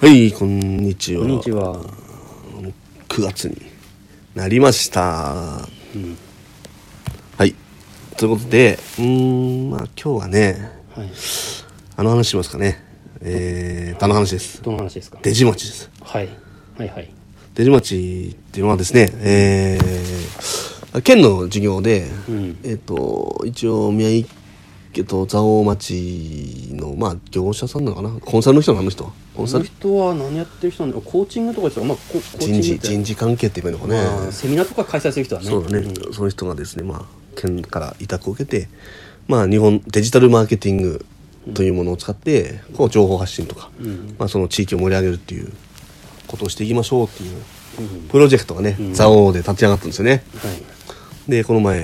はい、こんにちは。こんにちは。 9月になりました。はい。ということで、うーん、まあ今日はね、はい。あの話しますかね。えー、あの話です。どの話ですか。出島町です。はい。はいはい。出島町っていうのはですね、えー、県の授業で、うんえっ、と、一応宮城県と蔵王町の、まあ業者さんなのかな。コンサルの人なのあの人は。コンこサのル人は何やってる人なんだコーチングとかですか。まあココーチング人って事、人事関係って言えばいいのかね。まあセミナーとか開催する人はね。そうだね、その人がですね、まあ、県から委託を受けて、まあ、日本デジタルマーケティングというものを使って、こう情報発信とか、うんまあ、その地域を盛り上げるっていうことをしていきましょうっていううん。うん。プロジェクトがね、うん蔵王で立ち上がったんですよね。はい。でこの前、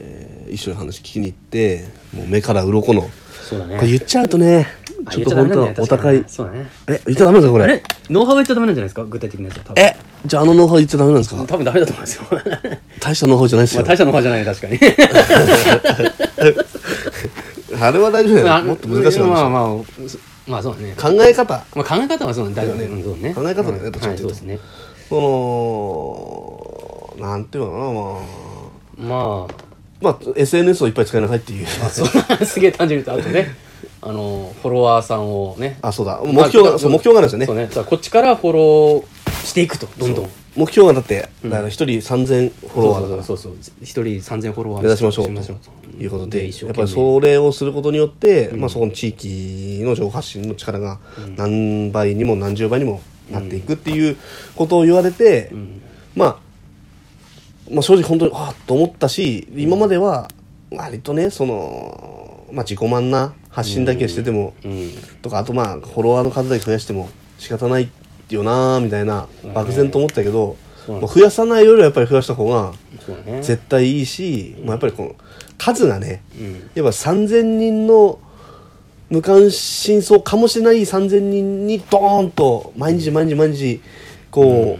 えー一緒に話聞きに行ってもう目から鱗のこそうだね。れ言っちゃうとねあちょっ言っとゃダ本メ当なんだはよお確か互にいねそうだね。え言っちゃダメなんですかこれあれノウハウは言っちゃダメなんじゃないですか具体的なやつは。多分えじゃああのノウハウ言っちゃダメなんですか多分ダメだと 思いますよ。大したノウハウじゃないですまあよ、大したノウハウじゃないね確 かに。あれは大丈夫だよ、まあもっと難しい話、まあまあまあそうだね。考え方まあ考え方はそうなんだよだね。よねうんそうね。考え方だよねうんどっちかはっていいそううとですね。そのなんていうのかなまあ。 まあ、まあ、SNS をいっぱい使いなさいっていうそんな すげえ単純に言うとあとねあのフォロワーさんをね あそうだ目標がそう目標があるんですよねそうねだからこっちからフォローしていくとどんどん目標がだってだから一人3000フォロワーだからそうそうそうそう一人3000フォロワー目指しましょうとということでで一生やっ懸ぱり命それをすることによって、まあ、そこの地域の情報発信の力が何倍にも何十倍にもなっていくっていうことを言われて、んまあ、まあ正直本当にあっと思ったし今までは割とねその、まあ、自己満な発信だけしてても、うんとかあとまあフォロワーの数だけ増やしても仕方ないよなーみたいな漠然と思ったけど、うんまあ増やさないよりはやっぱり増やした方がそうね絶対いいし、まあ、やっぱりこの数がねうんやっぱ3,000人の無関心そうかもしれない3,000人にドーンと毎日毎日毎日こ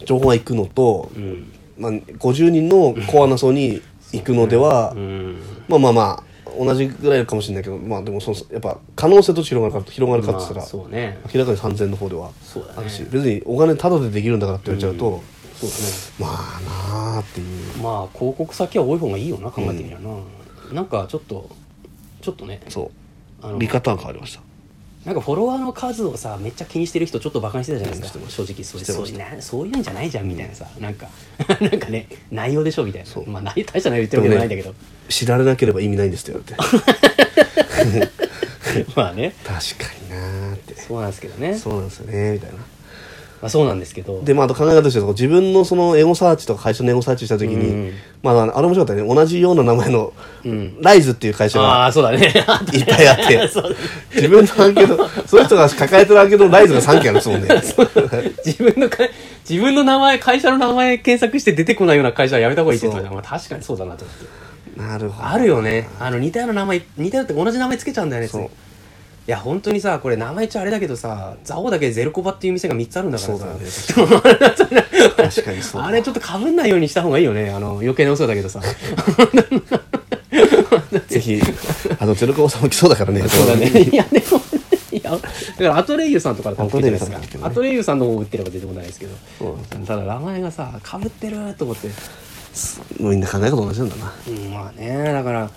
う、情報が行くのと、うんまあ、50人のコアな層に行くのでは、うんまあまあまあ同じぐらいかもしれないけどまあでもそのやっぱ可能性として広がるか広がるかって言ったら、まあそうね明らかに3,000の方ではそうだねあるし、別にお金タダでできるんだからって言われちゃうと、そうですねまあなあっていう。まあ広告先は多い方がいいよな考えてみりゃななんかちょっとちょっとねそあうの見方が変わりましたなんかフォロワーの数をさめっちゃ気にしてる人ちょっとバカにしてたじゃないですしてかま正直それしてまそうしいなそういうんじゃないじゃんみたいなさ、なんか なんかね内容でしょみたいなそうまあ内大した内容言ってるわけじゃないんだけど、知られなければ意味ないんですって言われて まあね確かになーってそうなんですけどねそうなんですよねみたいなまあ、そうなんですけどでまああと考え方として自分のそのエゴサーチとか会社のエゴサーチした時に、うんまああのあれ面白かったね同じような名前の、うんライズっていう会社あがあそうだね いっぱいあって そう自分のアンケートその人が抱えてるアンケートのライズが3件あるんですもんね自分のか自分の名前会社の名前検索して出てこないような会社はやめた方がいいって言ってたじゃんまあ、確かにそうだなと思ってなるほどあるよねあの似たような名前似たようって同じ名前つけちゃうんだよねそういや本当にさこれ名前っちゃあれだけどさ蔵王だけでゼルコバっていう店が3つあるんだから さそうだね確かにそうだあれちょっとかぶんないようにした方がいいよねあの余計な嘘だけどさぜひあのゼロコさんも来そうだからねそうだね いやでもいやだからアトレイユさんとかだったアトらですかレイユさんだったっけねアトレイユさんの方を売ってれば出てこないですけどそうなんでただ名前がさかぶってると思ってもうみんな考え方同じなんだなうん、まあねだから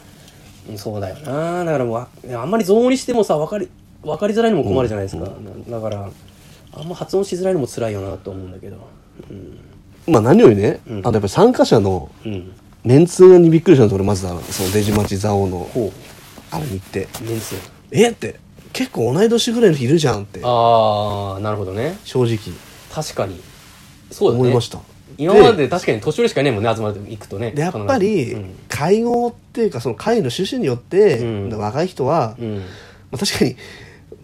うんそうだよなだからもうわあんまり造語にしてもさ分かり分かりづらいのも困るじゃないですか、なだからあんま発音しづらいのも辛いよなと思うんだけどうんまあ何よりね、んあとやっぱり参加者のうんメンツにびっくりしたんです俺まずあのそのデジマチ蔵王のこあれに行ってうメンツ「えっ?」て結構同い年ぐらいの人いるじゃんってああなるほどね正直確かにそうだね思いました、今まで確かに年寄りしかいないもんね集まると行くとねでやっぱり必会合っていうかその会の趣旨によって、うん若い人は、ずうん、うんまあ、確かに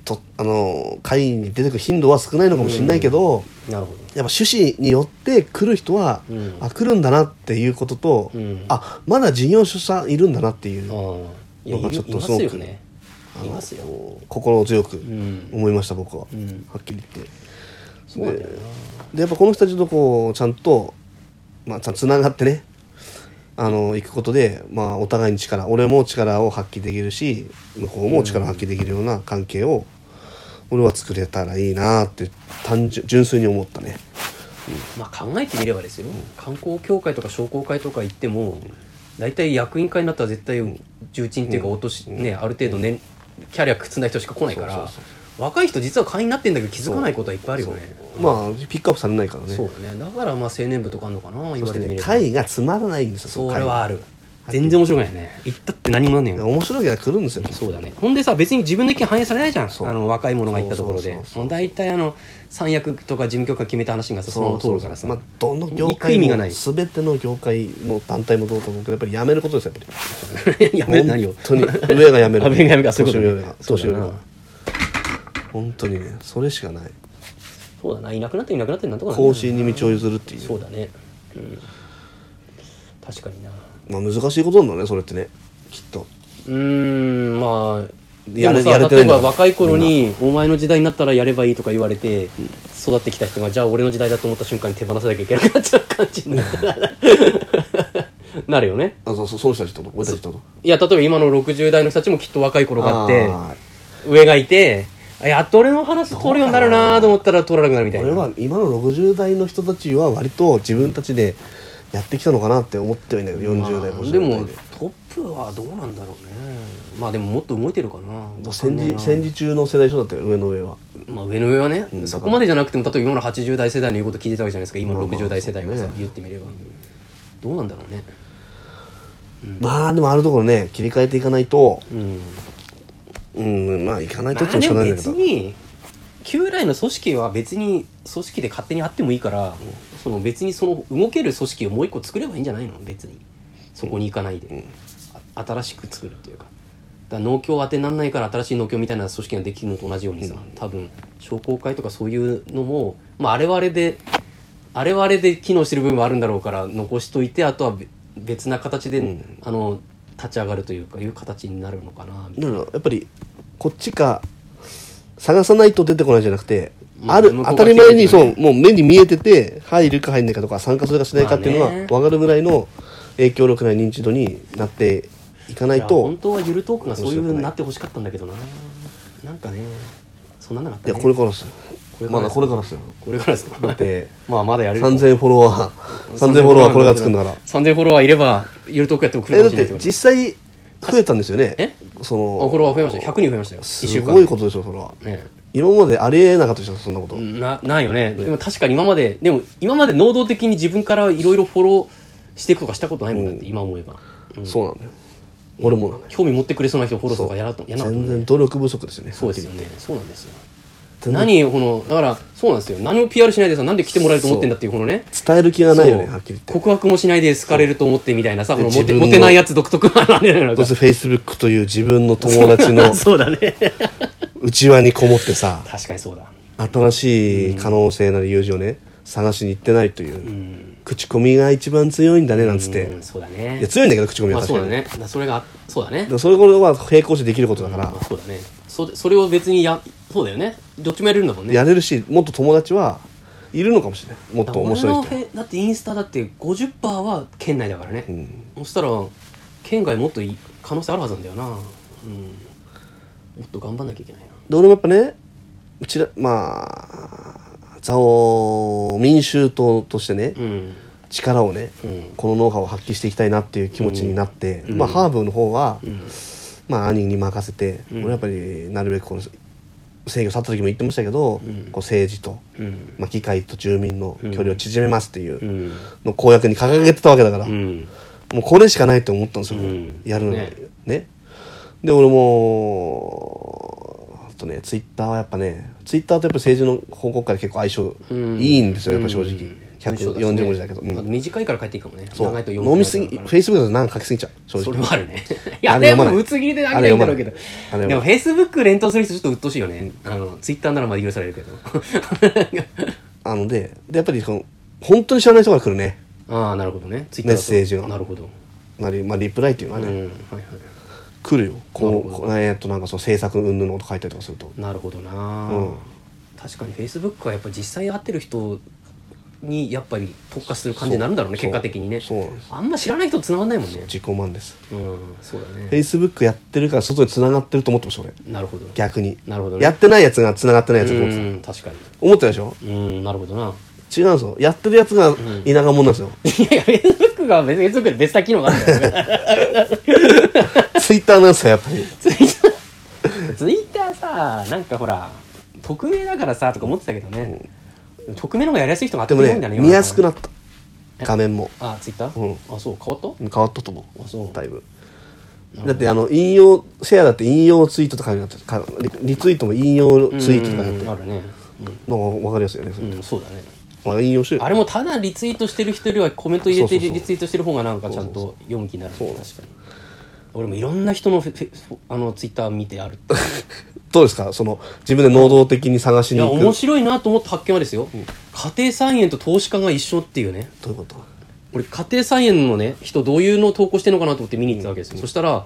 とあの会に出てくる頻度は少ないのかもしれないけど、なるほどやっぱ趣旨によって来る人は、うんあ来るんだなっていうことと、うんあまだ事業所さんいるんだなっていう、ああいやなんかいちょるっいとますごくすよねいますよ心強くん思いました、僕は、うんはっきり言ってそうなんだよなでやっぱこの人たちとこうちゃんとまあちゃんとつながってねあの行くことで、まあ、お互いに力俺も力を発揮できるし向こうも力を発揮できるような関係を俺は作れたらいいなって単純純粋に思ったねまあ、考えてみればですよ、観光協会とか商工会とか行っても大体役員会になったら絶対重鎮っていうか落とし、ね、ある程度、ね、キャリア積んだ人しか来ないからそうそう若い人実は会員になってんだけど気づかないことはいっぱいあるよねまあピックアップされないからねそうだねだからまあ青年部とかあんのかな言そしてわれてみねれば会がつまらないんですよそのれ会はある全然面白くないよね行ったって何もなんねえよ面白いやつ来るんですよそうだねほんでさ別に自分の意見反映されないじゃんそうあの若い者が言ったところそでうそうそうそうもう大体あの三役とか事務局が決めた話がさそのまま通るからさまあ、どの業界行く意味もがない全ての業界も団体もどうと思うけどやっぱりやめることです よやっぱやりめ何を本当に 上がやめる安倍がやめるかそういうこと年上ねがそう年上だがな本当にねそれしかないそうだないなくなっていなくなってなんとかなる後進に道を譲るっていうそうだねうん確かになまあ、難しいことなんだねそれってねきっとうーんまあやれでもさやれてな例いえんだば若い頃にお前の時代になったらやればいいとか言われて育ってきた人がじゃあ俺の時代だと思った瞬間に手放さなきゃいけなくなっちゃう感じにな るなるよねあそうそうその人たちと俺たちといや例えば今の60代の人たちもきっと若い頃があってあ上がいてあやっと俺の話通るようになるなと思ったら通らなくなるみたい俺なは今の60代の人たちは割と自分たちでやってきたのかなって思ってはいない40代まあ50で代もトップはどうなんだろうねまあでももっと動いてるかな戦時戦時中の世代の人だったよ上の上はまあ、上の上はね、んそこまでじゃなくても例えば今の80代世代の言うこと聞いてたわけじゃないですか今まあのまあ60代世代がさ、そうね言ってみればどうなんだろうねまあでもあるところね切り替えていかないとうんうんまあいかないとってまもしあでょうもがないんだ別けどに旧来の組織は別に組織で勝手にあってもいいから、その別にその動ける組織をもう一個作ればいいんじゃないの別にそこに行かないで、あ新しく作るっていうかだから農協当てになんないから新しい農協みたいな組織ができるのと同じようにさ、多分商工会とかそういうのも、まあ、あれはあれであれはあれで機能してる部分はあるんだろうから残しといてあとはべ別な形で、あの立ち上がるというかいう形になるのかなみたいだなからやっぱりこっちか探さないと出てこないじゃなくて、うんある向こう当がたり前に来てそるうもう目に見えてて入るか入んないかとか参加するかしないかっていうのはまあね分かるぐらいの影響力ない認知度になっていかないいや本と当はゆるトークがそういう面白くな風にいなってほしかったんだけどななんかねそんななかっいた、やね、これからですよこれかまらだこれからですよこれからですかだってまあまだやれる3000フォロワー3000フォロワーこれがつくんだから3000フォロワーいればゆるトークやっても来るえだかもっしれてないってこと実際増えたんですよねえそあのフォロワー増えましたよ100人増えましたよ一す週間ごいことでしょそれはね今までありえなかったでしょそんなこと、なないよねでも確かに今まででも今まで能動的に自分からいろいろフォローしていくとかしたことないもんだって、今思えばそうなんだよ俺もなんだよ興味持ってくれそうな人をフォローとかやらとやらなかったも全んね然努力不足ですよねそうですよねそうなんですよ全然何このだからそうなんですよ何も PR しないでさなんで来てもらえると思ってんだっていうこのね伝える気がないよねそうはっきり言って告白もしないで好かれると思ってみたいなさこのモ自テ分のモテないやつ独特なあれなのどうかせフェイスブックという自分の友達のそうだね内輪にこもってさ確かにそうだ新しい可能性なり友情をね探しに行ってないという、口コミが一番強いんだねなんつって、うんそうだねいや強いんだけど口コミまはあ確そうかに、だねだからそれがそうだねでもそれこれは並行してできることだからまあ、そうだねそそれを別にやそうだよねどっちもやれるんだもんねやれるしもっと友達はいるのかもしれないもっだとから面俺の白いフ人ェだってインスタだって50%は県内だからね、そしたら県外もっとい可能性あるはずなんだよな、うん、もっと頑張んなきゃいけないなで俺もやっぱねうちらまあ蔵王民衆党としてね、うん力をね、うんこのノウハウを発揮していきたいなっていう気持ちになって、まあ、ハーブの方は、まあ、兄に任せて、ん俺やっぱりなるべくこの制御去った時も言ってましたけど、んこう政治と、うんまあ、議会と住民の距離を縮めますっていううんの公約に掲げてたわけだから、うもんうこれしかないと思ったんですよ、うんやるのがねねで俺もあとねツイッターはやっぱねツイッターとやっぱ政治の方向から結構相性いいんですよ、やっぱ正直、140文字だけど、うんあと短いから帰っていいかもねそ長いとう読飲みすぎ、フだからェイスブックだとなんか書きすぎちゃう、正そ直れ。もあるね いやあれで読まないもぶつ切りで投げないんだろうけどあれ読まないでもフェイスブック連投する人ちょっと鬱陶しいよねあのツイッターならまだ許されるけど あので、で、やっぱりその、本当に知らない人が来るね。ああなるほどねツイッターメッセージがなるほどなり、まあ、リプライっていうのはうんね、はいはい来るよ。なこるう、ほこうえーっと、なんかその制作云々のこと書いたりとかすると。なるほどな、うん確かにフェイスブックはやっぱ実際会ってる人にやっぱり特化する感じになるんだろうねそう結果的にねそうなんですあんま知らない人と繋がんないもんね自己満ですうんそうだフェねイスブックやってるから外に繋がってると思ってました俺なるほど逆になるほどねやってないやつが繋がってないやつだとう思ってたん確かに思ってたでしょうんなるほどな違うんですよやってるやつが田舎者なんですよ、いやいやフェイスブックが別にフェイスブックで別な機能があるんだよ ねツイッターなんですよやっぱりツイッターツイッターさなんかほら匿名だからさとか思ってたけどね、匿名の方がやりやすい人がで圧も倒的なんだねね見やすくなっった画面もあツイッター、うあそう変わっ変わったと思うあそうだいぶだってあの引用シェアだって引用ツイートとかになってるかリリツイートも引用たツイートとかになってうんあるね、の分かりやすいよね、うんうん、そうだねまあ、引用してるあれもただリツイートしてる人よりはコメント入れてそうそうそうリツイートしてる方がなんかちゃんと読む気になるね確かに俺もいろんな人のフェフェフあのツイッター見てあるどうですかその自分で能動的に探しいにや行く面白いなと思った発見はですよ、家庭菜園と投資家が一緒っていうねどういうこと俺家庭菜園のね人どういうのを投稿してるのかなと思って見に行ったわけですよ、そしたら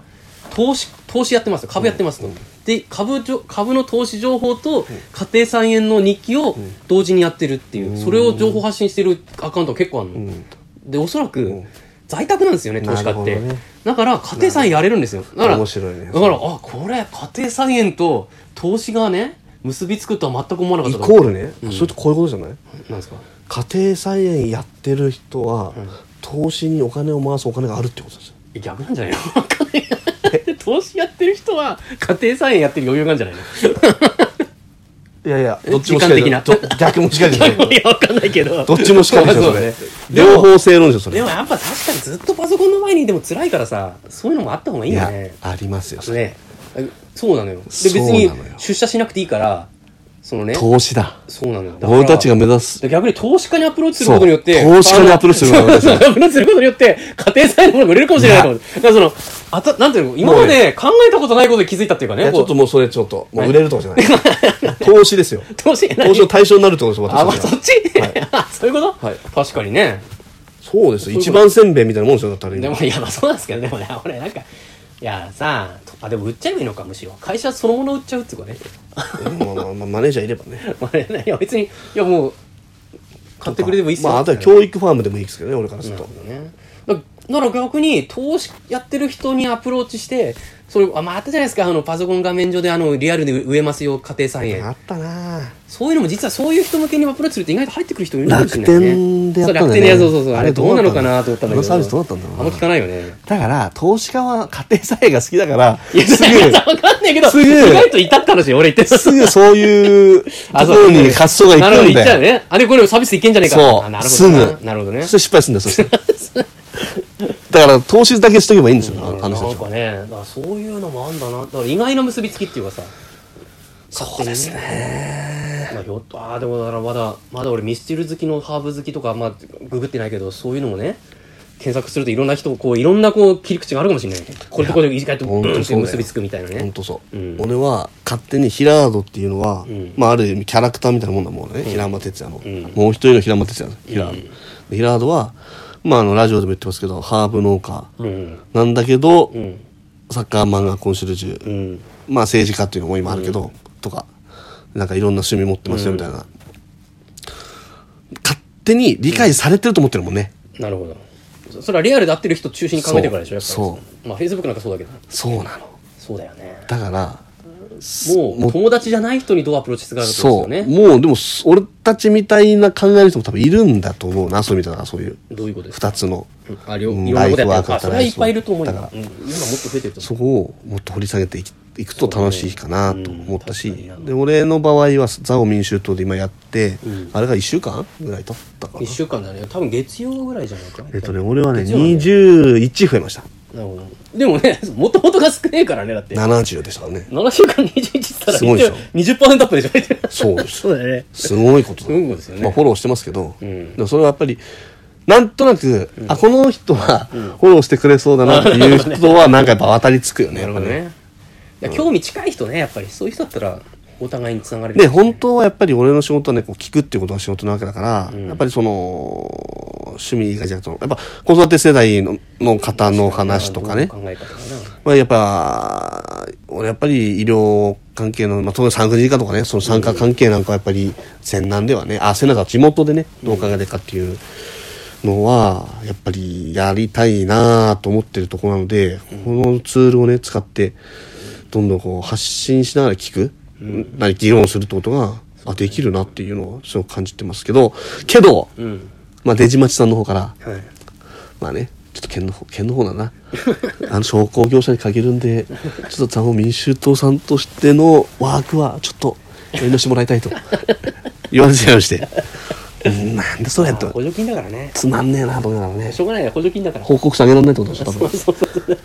投資投資やってますと株やってますと、で株じょ株の投資情報と家庭菜園の日記を同時にやってるっていう、それを情報発信してるアカウントが結構あるの、でおそらく在宅なんですよね投資家なるっほて、どねだから家庭菜園やれるんですよだから面白いねだからあこれ家庭菜園と投資がね結びつくとは全く思わなかっイたコールね、それってこういうことじゃないなん ですか家庭菜園やってる人は、投資にお金を回すお金があるってことですよえ逆なんじゃな いのわかんない投資やってる人は家庭菜園やってる余裕があるんじゃないのいやいやえどっちもしかり時間的など逆もしかりじゃない いやわかんないけど どっちもしかりじゃまあなそういね両方正論ですよそれでもやっぱ確かにずっとパソコンの前にいても辛いからさそういうのもあった方がいいいよやねありますよそれねそうなのよで別そうなのによ出社しなくていいからそのね投資だそうなのよだから俺たちが目指すで逆に投資家にアプローチすることによってそう投資家にアプローチすること そでうすそうアプローチすることによって家庭菜のものが売れるかもしれないと思ってだからそのあたなんていうの今まで考えたことないことに気づいたっていうかいねやちこょうっともうそれちょっともう売れるとかじゃない 投資ですよ投資投資の対象になるってことですあ、まあ、私たちそがっち、はい あそういうこと、はい確かにね。そうですよ一番せんべいみたいなもんですよだったらで今も、いや、まあそうなんですけど、でもね、俺なんか、いや、さあ、あ、でも売っちゃえばいいのか、むしろ。会社そのもの売っちゃうってことね。 まあまあまあマネージャーいればねまあねいや、別に、いや、もう、買ってくれてもいいっすよ。まああとは教育ファームでもいいですけどね俺からするとね。だなら逆に、投資やってる人にアプローチして、それ、あ、まあ、あったじゃないですか、あの、パソコン画面上で、あの、リアルで植えますよ、家庭菜あ園。ったなぁそういうのも実はそういう人向けにアプローチすると意外と入ってくる人いるかも楽しれないね。天でやったそんう楽だよ天でねやそうそうそう。あれどうなのかなと思ったんだけど。あのサービスどうだったんだろうなあんま聞かないよね。だから投資家は家庭菜園が好きだからいや、すすぐ。わぐかんないけど、すぐ意外といたって話よ、俺言ってた。すぐそういうとあこそうろに発想がいなるほくど、ん行っちだゃようね。あれ、これサービスいけんじゃねえか。そあなうるすほどぐな。なるほどねそし。て失敗するんだよそして だから投資だけしとけばいいんですようんあのな人んたちはかね、だからそういうのもあんだな。だから意外な結びつきっていうかさ。そうですねまあ、ひょっと、ああ、でもだからまだ、まだ俺ミスチル好きのハーブ好きとか、まあ、ググってないけど、そういうのもね、検索するといろんな人、こう、いろんなこう、切り口があるかもしれない。これとこれで意外と、ほんとうんってそうだよ結びつくみたいな本ね。当そう、うん俺は勝手にヒラードっていうのは、んまあ、ある意味キャラクターみたいなもんだもんね、平間哲也の、んもう一人の平間哲也ヒラード、でヒラードは、まあ、あのラジオでも言ってますけどハーブ農家うん。なんだけど、うん。サッカー漫画コンシェルジュ、うん。まあ、政治家っていうのも今あるけど、とかなんかいろんな趣味持ってますよみたいな、勝手に理解されてると思ってるもんね、なるほどそそれはリアルで会ってる人中心に考えてるからでしょやっぱりそうまあフェイスブックなんかそうだけどそうなのそうだよねだからもう友達じゃない人にどうアプローチするかってこそとう、ですよねもうでもす俺たちみたいな考える人も多分いるんだと思うなそういう意味ではそういうどういうことですか2つのあ両ういんろんなことやライフワってるあークだそったれらはいっぱいいると思うよだからうん今もっと増えてると思うそこをもっと掘り下げていきいくと楽しいかなと思ったし、そうねうん確かにで俺の場合はザオ民衆党で今やって、んあれが1週間ぐらい経ったかな1週間だね多分月曜ぐらいじゃないかえっとね俺はね月曜なんだ21増えましたなるほどでもね もともとが少ねえからねだって70でしたからね7週間21って言ったらすごいでしょ一応20%アップでしそょうですそうだよねすごいことだすごいことですよねまあ、フォローしてますけど、んでもそれはやっぱりなんとなく、あこの人はフォローしてくれそうだなっていう人はなんかやっぱ渡りつくよねなやるっほぱどねねいや興味近い人ねやっぱりそういう人だったらお互いにつながれるで本当はやっぱり俺の仕事はねこう聞くっていうことが仕事なわけだから、やっぱりその趣味以外じゃなくてやっぱ子育て世代のの方の話とかね考え方かなまあ、やっぱ、俺やっぱり医療関係の、まあ、特に産婦人科とかね、その産科関係なんかはやっぱり、戦南ではね、あ、せなか地元でね、どう考えるかっていうのは、やっぱりやりたいなと思ってるところなので、このツールをね、使って、どんどんこう発信しながら聞く、何議論するってことが、あ、できるなっていうのをすごく感じてますけど、けど、うんまあ、出島地さんの方から、はいまあね、ちょっと県の方、県の方だ な。あの、商工業者に限るんで、ちょっと残民衆党さんとしてのワークは、ちょっと、遠慮してもらいたいと。言われちゃいまして。うんなんでそれやと補。助金だからねつまんねえな、と思いながらねし。ょうがないよ補助金だから報告書あげられないってことでしょ、多そう分。そうそう こ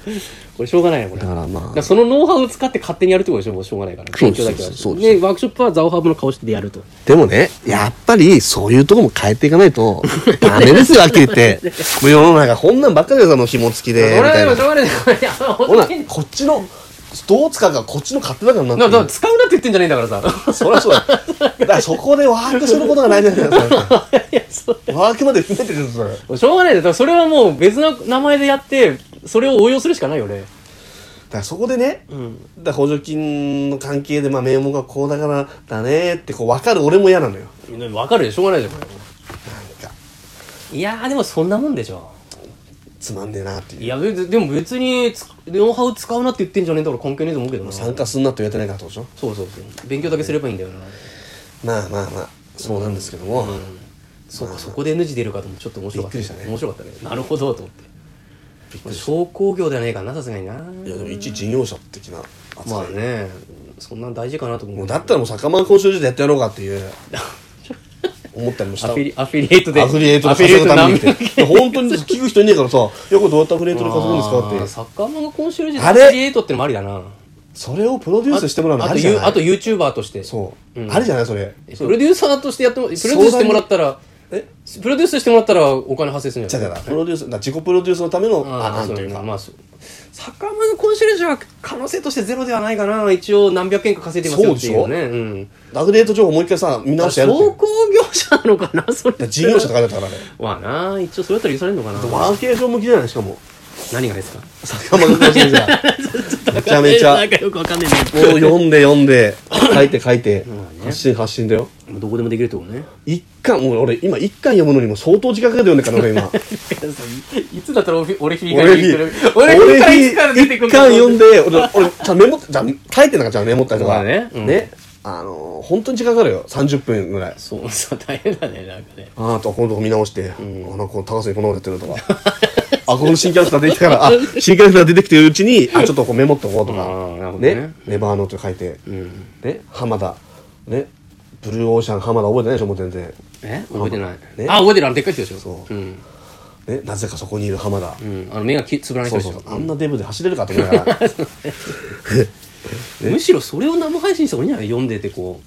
れしょうがないよこれだからまだからあ、そのノウハウを使って勝手にやるってことでしょもうしょうがないからそう勉です強だけはそうですでワークショップはザオハブの顔してでやるとでもね、やっぱり、そういうとこも変えていかないと、ダメですよ、はっきり言って。もう世の中、こんなんばっかりですよ、あの、紐付きで。み俺はたでいなもしょうがないよこれいや 補ほら助金、こっちの、どう使うかこっちの勝手だからなっていだうから使うなって言ってんじゃねえんだからさ そりゃそうだ。だからそこでワークすることがないじゃないですか。いやそうワークまで含めてるんですよ、それ。しょうがないよだからそれはもう別の名前でやってそれを応用するしかないよねだからそこでね、うんだから補助金の関係で、まあ名目がこうだからだねってこう分かる俺も嫌なのよ。わかるでしょうがないじゃんこなんか、れいやーでもそんなもんでしょつまんねえなっていう。いや別でも別につノウハウ使うなって言ってんじゃねえんだから関係ねえと思うけどなそう参加すんなと言われてないからってことでしょ。そうそう勉強だけすればいいんだよなまあまあまあ、そうなんですけども。そうかそこで NG 出るかと思ってちょっと面白かったびっくりしたね面白かったねなるほどと思ってびっくこれりし商工業ではないからなさすがになた。いや、でも一事業者的な扱い。まあねそんなん大事かなと思うもうけどだったらもう坂間講習所でやってやろうかっていう、思ったりもした。アフィリアフィリエイトでアフリエイトアでフィリ稼エイぐトた何めに百 って。本当に聞く人いねえからさ、よくどうやってアフリエイトで稼ぐんですかあーって。サッカーマンが今週の時あアれフィリエイトってのもありだなそれをプロデュースしてもらうのああとりじゃユないーあと YouTuber としてそう、んありじゃないそれ。プロデューサーとしてやってもプロデュースしてもらったらえプロデュースしてもらったらお金発生するんじじゃゃなあいだから、プロデュース、だから自己プロデュースのための、あ、あなんあてそういうか。まあそう坂間のコンシェルジュは可能性としてゼロではないかな一応何百円か稼いでますよっていうねうんアフリエイト情報もう一回さ、見直してやるっていう。商工業者なのかなそれだから事業者とかだったからね。まあな一応それだったら許されるのかなワーケーション向きじゃないしかも。何がですか坂間講習所じゃ。 めちゃめちゃ。 なもんかよくわかんないんだけう読んで読んで、書いて書いて、発信発信だよ。どどこでもできるってこ とね一巻、もう俺今一巻読むのにも相当時間かけて読んでっから俺今。いつだったら俺フィーが俺出ひてくる俺フィーからいつから出てくる一巻読んで、俺、俺、じゃあメモ、じゃあ書いてなんかじゃあメモったりとまか。あねうんあのー、本当に時間かかるよ。30分ぐらい。そうそう大変だねなんかねああと、このとこ見直して、あなんかこの高瀬にこんなことや ってるとか。あ、この新キャラクター出てきたから、あ、新キャラクター出てきてるうちに、あ、ちょっとこうメモっとこうとあーなるかほど。ねね。ネバーノート書いて、んね、浜田、ね、ブルーオーシャン浜田覚えてないでしょ、もう全然。え覚えてないねあ覚えてるあのでっかい人でしょそううんね、なぜかそこにいる浜田。うんあの目がきつぶらないそ人うでしそうょそう。あんなデブで走れるかと思いなが ら。むしろそれを生配信した方がいいんじゃない読んでてこ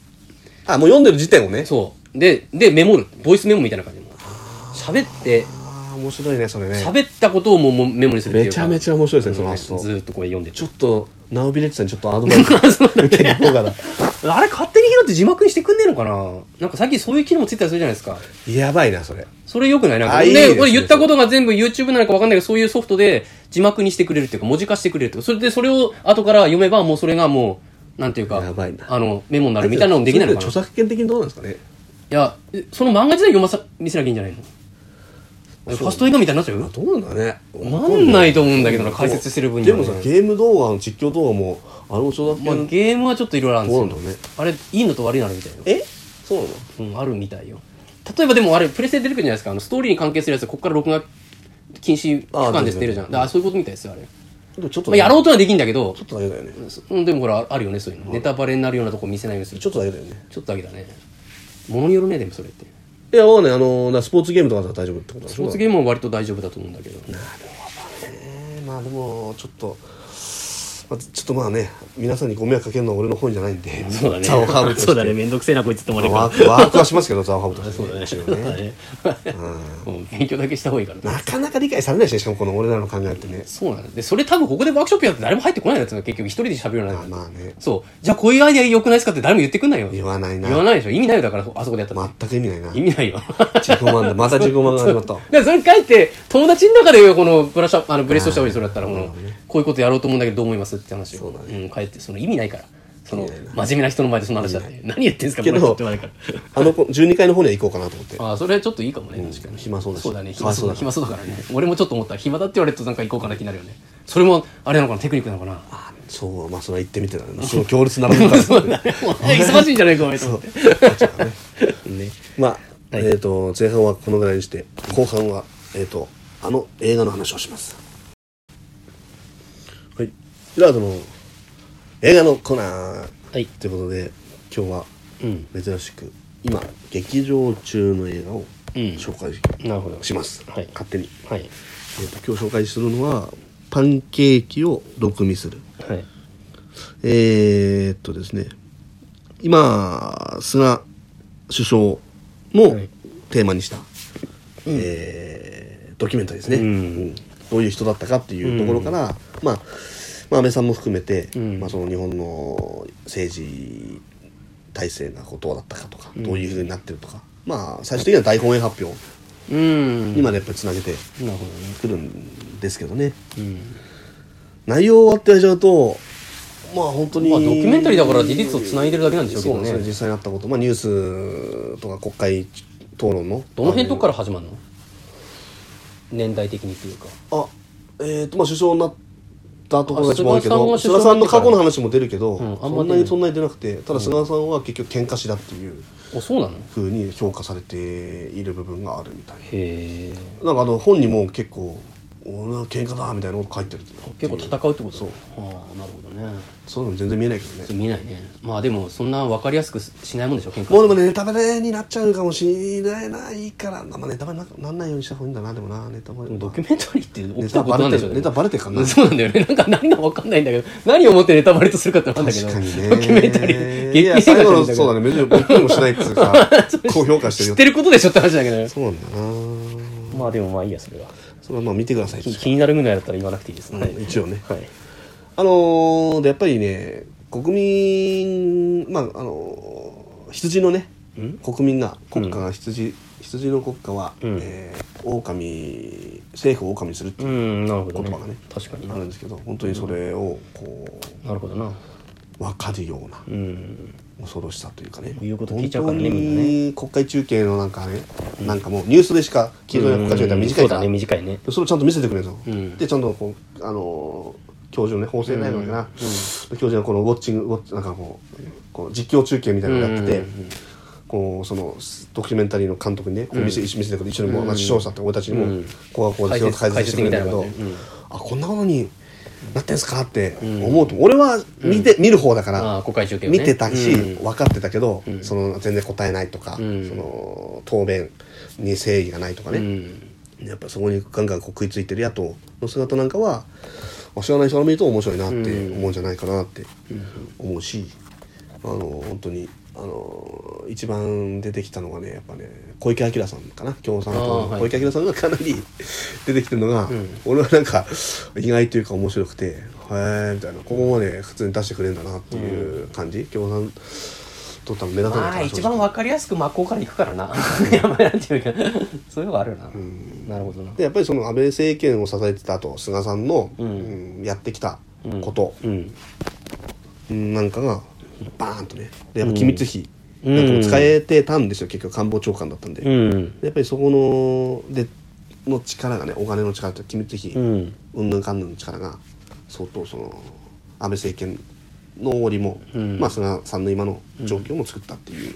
あ、もう読んでる時点をねう。そうででメモるボイスメモみたいな感じでもう喋ってああ、面白いね、それね。喋ったことをもうもうメモにするっていうめちゃめちゃ面白いですね、その発ず想。ーっとこれ読んでちょっと、ナウビレッジさんにちょっとアドバイ ス受けに行こうかな。あれ勝手に拾って字幕にしてくんねえのかななんか最近そういう機能もついたりするじゃないですかやばいな、それ。それよくないなんかあいいですねねこれ言ったことが全部 YouTube なのかわかんないけどそういうソフトで字幕にしてくれるっていうか文字化してくれるっていうかそれでそれを後から読めばもうそれがもうなんていうかやばいなあのメモになるみたいなのもできないのかそれっなて著作権的にどうなんですかね。いやえその漫画自体読まさ見せなきゃいいんじゃないのファスト映画みたいになっちゃうどうなんだね。なんないと思うんだけどな解説してる分にではねもさ、ゲーム動画の実況動画も、あれも著作まあ、権。ゲームはちょっといろいろあるんですよそうなんだねあれいいのと悪いのあるみたいよ、えそうなのうん、あるみたいよ例えばでもあれプレステで出てくるじゃないですかあのストーリーに関係するやつこっから録画禁止期間ですって出るじゃんああーあそういうことみたいですよあれ、でもちょっとまあ、やろうとはできんだけどちょっとだけだよね。うんでもほらあるよねそういうのネタバレになるようなとこ見せないようにするちょっとだけだよね。ちょっとだけだねものによるねでもそれっていや、わかんない。あの、なスポーツゲームとかだったら大丈夫ってことスポーツーゲームは割と大丈夫だと思うんだけどムまあでも、ちょっと、まあちょっとまあね、皆さんにご迷惑かけるのは俺の本じゃないんで。そ うだねザオハーブとしてそうだねめんどくせえなこいつって思われるかワーク、ワークはしますけど、ザオハブとしてね。ら一応そうだねうん勉強だけした方がいいからねなかなか理解されないしね、しかもこの俺らの考えってね。そうなんだでそれ多分ここでワークショップやって誰も入ってこないやつが結局一人で喋るようになあるまあね、そうじゃあこういうアイデア良くないですかって誰も言ってくんないよ言わないな。言わないでしょ意味ないよだからあそこでやったら、全く意味ないな。自意味な いよ己満だ。ま た自己満が始まった。でそれ書いて友達の中でこのブラシャあのブレストした方がいいそれだったらこの、こういうことやろうと思うんだけどどう思いますって話をそうだん、帰ってその意味ないからその意味ないな真面目な人の前でその話だって何言ってんすかけどこの人って言われるからあの子12階の方には行こうかなと思ってああそれはちょっといいかもね、確かに暇そうだしそうだね暇そうだ暇暇そうだからね俺もちょっと思った暇だって言われるとなんか行こうかな気になるよねそれもあれなのかなテクニックなのかな そうまあそれは行ってみてだねすごい強烈なラブからそうだねお前忙しいんじゃないかお前と思ってね まあ、えっ、と前半はこのぐらいにして後半はえっ、とあの映画の話をしますはいではその映画のコーナーはいということで今日はうん珍しく今劇場中の映画をうん紹介なるほどします、はい勝手に、はいえーと今日紹介するのは「パンケーキを毒味する」はいえーっとですね今菅首相もはいテーマにした、えードキュメンタリーですね、うんうんどういう人だったかっていうところから、まあ、まあ安倍さんも含めて、うんまあ、その日本の政治体制がこうどうだったかとか、どういうふうになってるとかまあ最終的には大本営発表うんにまでやっぱりつなげてなるほどねくるんですけどね、うん内容を割ってやっちゃうとまあ本当に、まあドキュメンタリーだから事実をつないでるだけなんでしょうけそうどですねね実際にあったこと、まあ、ニュースとか国会討論のどの辺とかこから始まるの年代的にというかあえっ、とまあ首相になったところが一番多いけあど菅菅ささんんのが首相になってから過去の話も出るけど、うんあんまそんなにそんなに出なくてただ菅さんは結局喧嘩しだっていうおそうなのへふうに評価されている部分があるみたいえななんかあの本にも結構「俺は喧嘩だ」みたいなのを書いてるっていう結構戦うってことそうああなるほどねそういうの全然見えないけどね見えないねまあでもそんな分かりやすくしないもんでしょ喧嘩もうでもねネタバレになっちゃうかもしれないから、まあ、ネタバレにななんないようにした方がいいんだなでもなネタバレでもドキュメンタリーって起ネきたタことバなんレでてしょるネタバレてるかなそうなんだよねなんか何が分かんないんだけど何をもってネタバレとするかってなんだけど確かにねドキュメンタリーいや劇映最画後じゃのんそう だね別に僕にもしないっつうか高評価してる知よってることでしょって話だけどねそうなんだなまあでもまあいいやそれはそれはまあ見てください気気になるぐらいだったら言わなくていいですね、うん一応ねはいあのー、でやっぱりね国民まああのー羊のねうん国民が国家が羊、羊の国家は、うんえー狼政府を狼にするってういうんなるほど、ね、言葉がね確かにあるんですけど本当にそれをこなるほどなう分かるようなうん恐ろしさというかね言うこと聞いちゃうからね本当みんなに国会中継のなんかね、なんかもうニュースでしか聞いてない国会中継は短そいうかだらね短いねそれをちゃんと見せてくれるぞ、うんでちゃんとこうあのー教授のね法制大学かな、うんうん教授のこのウォッチングウォッチなんかこうこう実況中継みたいなのをやってて、うんうんうんこうそのドキュメンタリーの監督にね、こう見せ見せてくれて一緒にも、うんまあ、視聴者って俺たちにも、うんこうはこうですよって解説してくれるんだけど、解説みたいなのがねあこんなことになってんすかって思うと、俺は見て、見る方だから、ああ国会中継、ね、見てたし、うん分かってたけど、んその全然答えないとか、うんその答弁に誠意がないとかうね、んやっぱそこにガンガンこう食いついてる野党の姿なんかはあ知らない人から見ると面白いなってうん思うんじゃないかなって思うし、あの本当にあの一番出てきたのがねやっぱね小池晃さんかな共産党あーの小池晃さんがかなり 出てきてるのが、俺はなんか意外というか面白くてへえみたいなここまで普通に出してくれるんだなっていう感じ、共産党多分目立たないまあから一番わかりやすく真っ向から行くからなやばいなんていうかそういうのがあるな、なるほどなでやっぱりその安倍政権を支えてた後菅さんの、うんうんやってきたこと、うんうんなんかがバーンとねでやっぱ機密費うんなんかも使えてたんですよ、結局官房長官だったんで、でうんやっぱりそこのでの力がねお金の力と機密費、うんうんぬんかんぬんの力が相当その安倍政権の折も、うんまあ菅さんの今の状況も作ったっていう、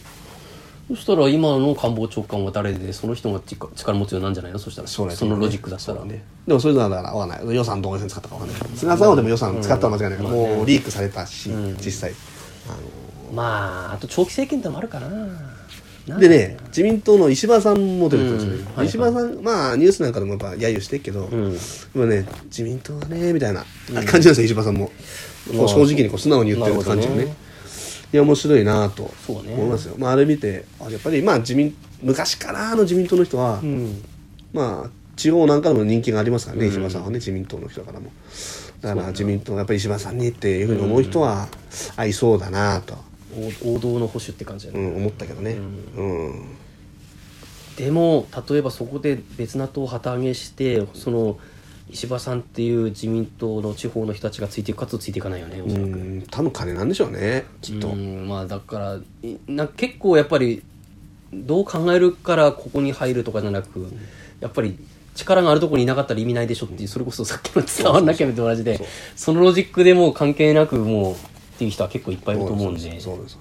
そしたら今の官房長官は誰でその人が力力持つようなんじゃないのそしたら将来的そにねのロジックだったらねでもそういうのはだからわかんない予算どういうふうに使ったかわかんない菅さんはでも予算使ったのは間違いないから、もうリークされたし、実際あのまああと長期政権ってのもあるかななんでだろうね自民党の石破さんも出てくるんですよね、うんはいはい石破さんまあニュースなんかでもやっぱ揶揄してるけど、ん今ね自民党はねみたいな感じなんですよ、石破さんも、こう正直にこう素直に言ってる感じがなねるほどねいや面白いなとそう思ねいますよ、まあ、あれ見てあやっぱりまあ自民昔からの自民党の人は、うんまあ地方なんかでも人気がありますからね、石破さんはね自民党の人だからもだから自民党やっぱり石破さんにっていうふうに思う人は合いそうだなと、王王道の保守って感じだうね、ん、思ったけどねうんでも例えばそこで別な党を旗揚げしてその石破さんっていう自民党の地方の人たちがついていくかつついていかないよねおうそらく。ん多分金なんでしょうねきっと、うんまあだからいな結構やっぱりどう考えるからここに入るとかじゃなく、やっぱり力があるところにいなかったら意味ないでしょっていう、それこそさっきの伝わんなきゃと同じでそのロジックでもう関係なくもうっていう人は結構いっぱいいると思うんでそうですそうです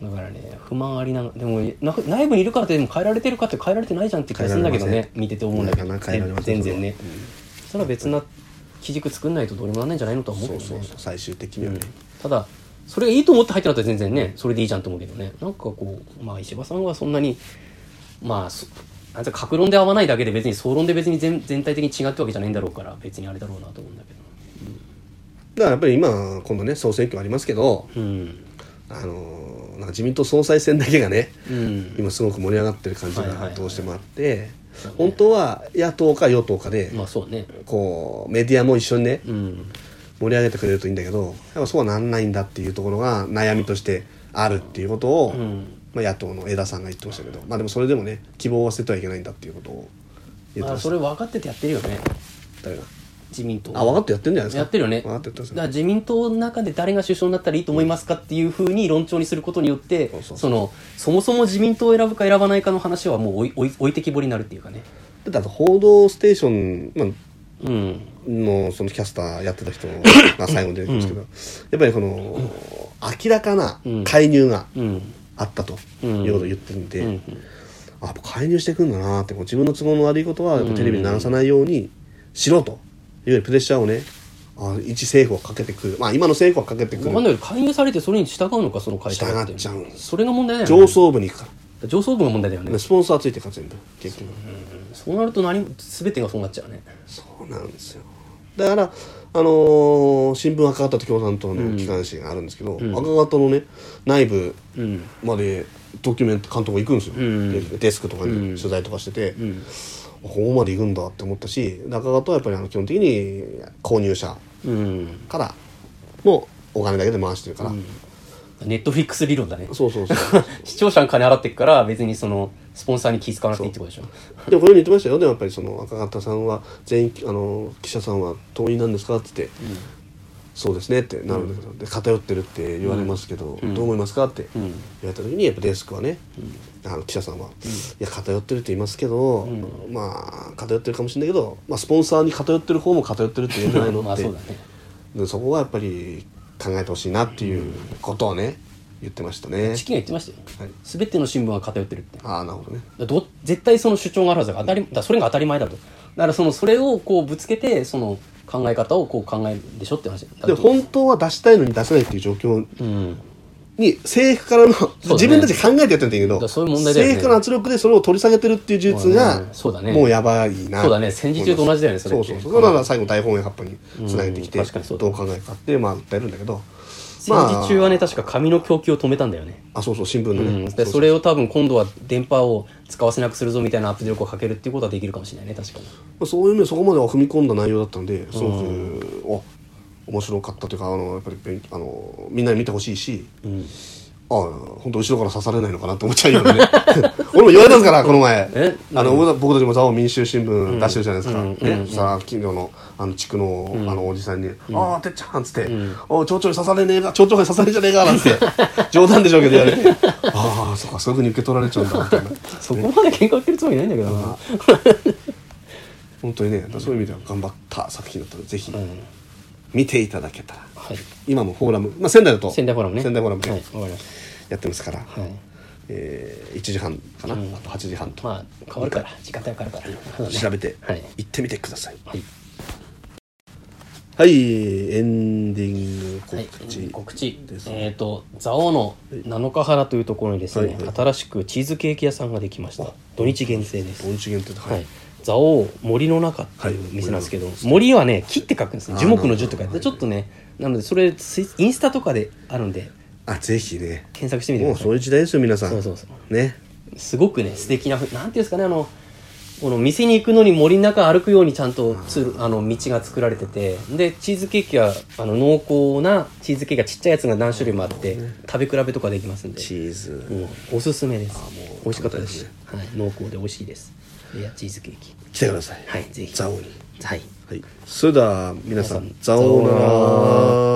だからね不満ありながらでもな内部にいるからってでも変えられてるかって変えられてないじゃんって気がするんだけど変えられね見てて思うんだけどなかなか変えられません全然ね、それは別な基軸作んないとどうにもなんないんじゃないのとは思うけそどうねそうそう最終的にはうねん、ただそれがいいと思って入ってなかったら全然ねそれでいいじゃんと思うけどねなんかこうまあ石破さんはそんなにまあそなんていうか格論で合わないだけで別に総論で別に全全体的に違ってわけじゃないんだろうから別にあれだろうなと思うんだけだからやっぱり今今度ね総選挙ありますけどどうんあのーなんか自民党総裁選だけがねうん今すごく盛り上がってる感じはいはいはがいどうしてもあって、本当は野党か与党かで、まあそうねこうメディアも一緒にねうん盛り上げてくれるといいんだけどやっぱそうはなんないんだっていうところが悩みとしてあるっていうことを、うんまあ、野党の江田さんが言ってましたけど、まあ、でもそれでもね希望は捨ててはいけないんだっていうことを言ってあましそたれ分かっててやってるよね誰が自民党あ分かってやってんじゃないですかやってるよね分かってやってますだかよら自民党の中で誰が首相になったらいいと思いますかっていうふうに論調にすることによってそうそうそのそもそも自民党を選ぶか選ばないかの話はもう置い置い置いてきぼりになるっていうかねだってあと「報道ステーション」まあうんのそのキャスターやってた人が 最後に出てきますけど、やっぱりこの明らかな介入がうんあったとうんいうことを言ってるんで、うんうんあやっぱ介入してくんだなってこう自分の都合の悪いことはやっぱテレビに流さないようにしろというようにプレッシャーをねあ一政府をかけてくるまあ今の政府はかけてく分かんなるいけど介入されてそれに従うのかその会社が従っちゃうんですそれが問題だよね上層部に行くか上層部が問題だよら、ねね、スポンサーついてるから全部結局そうなると何も全てがそうなっちゃうねそうなんですよだからあのー新聞赤旗と共産党の機関紙があるんですけど、赤旗のね内部うんまでドキュメント監督が行くんですよ、うんでデスクとかに取材とかしてて、んここまで行くんだって思ったし中方はやっぱりあの基本的に購入者うんからのお金だけで回してるから、ネットフリックス理論だね そうそうそう視聴者の金払ってくから別にそのスポンサーに気使わなくていいってことでしょ でもこれ言ってましたよでもやっぱりその赤方さんは全員あの記者さんは党員なんですかって言って、そうですねってなるんだけど、で偏ってるって言われますけど、どう思いますかってう言わんれた時にやっぱデスクはね、あの記者さんは、いや偏ってるって言いますけど、まあ偏ってるかもしれないけど、まあ、スポンサーに偏ってる方も偏ってるって言うんじゃないのまあってそうだねでそこはやっぱり考えてほしいなっていうことをね言ってましたね。チキンが言ってましたよ、はい全ての新聞は偏ってるってああなるほどねど絶対その主張があるはずだから当たりだからそれが当たり前だとだからそのそれをこうぶつけてその考え方をこう考えるんでしょって話だでから本当は出したいのに出せないっていう状況うんに政府からの、ね自分たちで考えてやってるんだけだかどらそういう問題だよね政府からの圧力でそれを取り下げてるっていう事実が、そうだねそうだねもうやばいなそうだね戦時中と同じだよねそれそうってそうそうだから最後大本営発表につなげてきて、うん確かにそうだどう考えるかってまあ訴えるんだけど戦時中はね確か紙の供給を止めたんだよねあそうそう新聞のうね、ん、でそれを多分今度は電波を使わせなくするぞみたいな圧力をかけるっていうことはできるかもしれないね確かにそういう面そこまでは踏み込んだ内容だったんですごく、お面白かったというかあのやっぱり勉あのみんなに見てほしいし、ああ本当後ろから刺されないのかなって思っちゃうよね 俺も言われたんですからこの前えあの、僕たちも「ザオ民衆新聞」出してるじゃないですか、ねさあ近所のあの地区の,、あのおじさんに「ああてっちゃん」っつって「おい蝶々に刺されねえか蝶々に刺されんじゃねえか」なん つって冗談でしょうけど言われて「ああそっかそういうふうに受け取られちゃうんだ」みたいなそこまで喧嘩売ってるつもりないんだけどな、本当にねそういう意味では頑張った作品だったのでぜひ見ていただけたら、はい今もフォーラム、まあ、仙台だと仙台フォーラムね仙台フォーラムではいはわかりましやってますから、たはいえー、1時半かな、あと8時半と、まあ変わるから時間帯変わるから、そうだね調べてはい行ってみてくださいはいはいエンディングはい告知、告知ですえっ、と蔵王の七日原というところにですね、はいはい新しくチーズケーキ屋さんができました土日限定です盆地限定では、はいい蔵王森の中っていう店なんですけど、森はね木って書くんですねあー樹木の樹って書ないてるほどちょっとねなのでそれツイインスタとかであるんであぜひね検索してみてくもうださそういう時代ですよ皆さんそうそうそねいすごくね素敵なふなんていうんですかねあのこの店に行くのに森の中歩くようにちゃんとつるあの道が作られててでチーズケーキはあの濃厚なチーズケーキがちっちゃいやつが何種類もあって食べ比べとかできますんでチーズ、もうおすすめです美味しかったです食はい濃厚で美味しいですいやチーズケーキ来てくださいはいぜひザオにはいはい、それでは皆さん皆ささんんさようなさようなら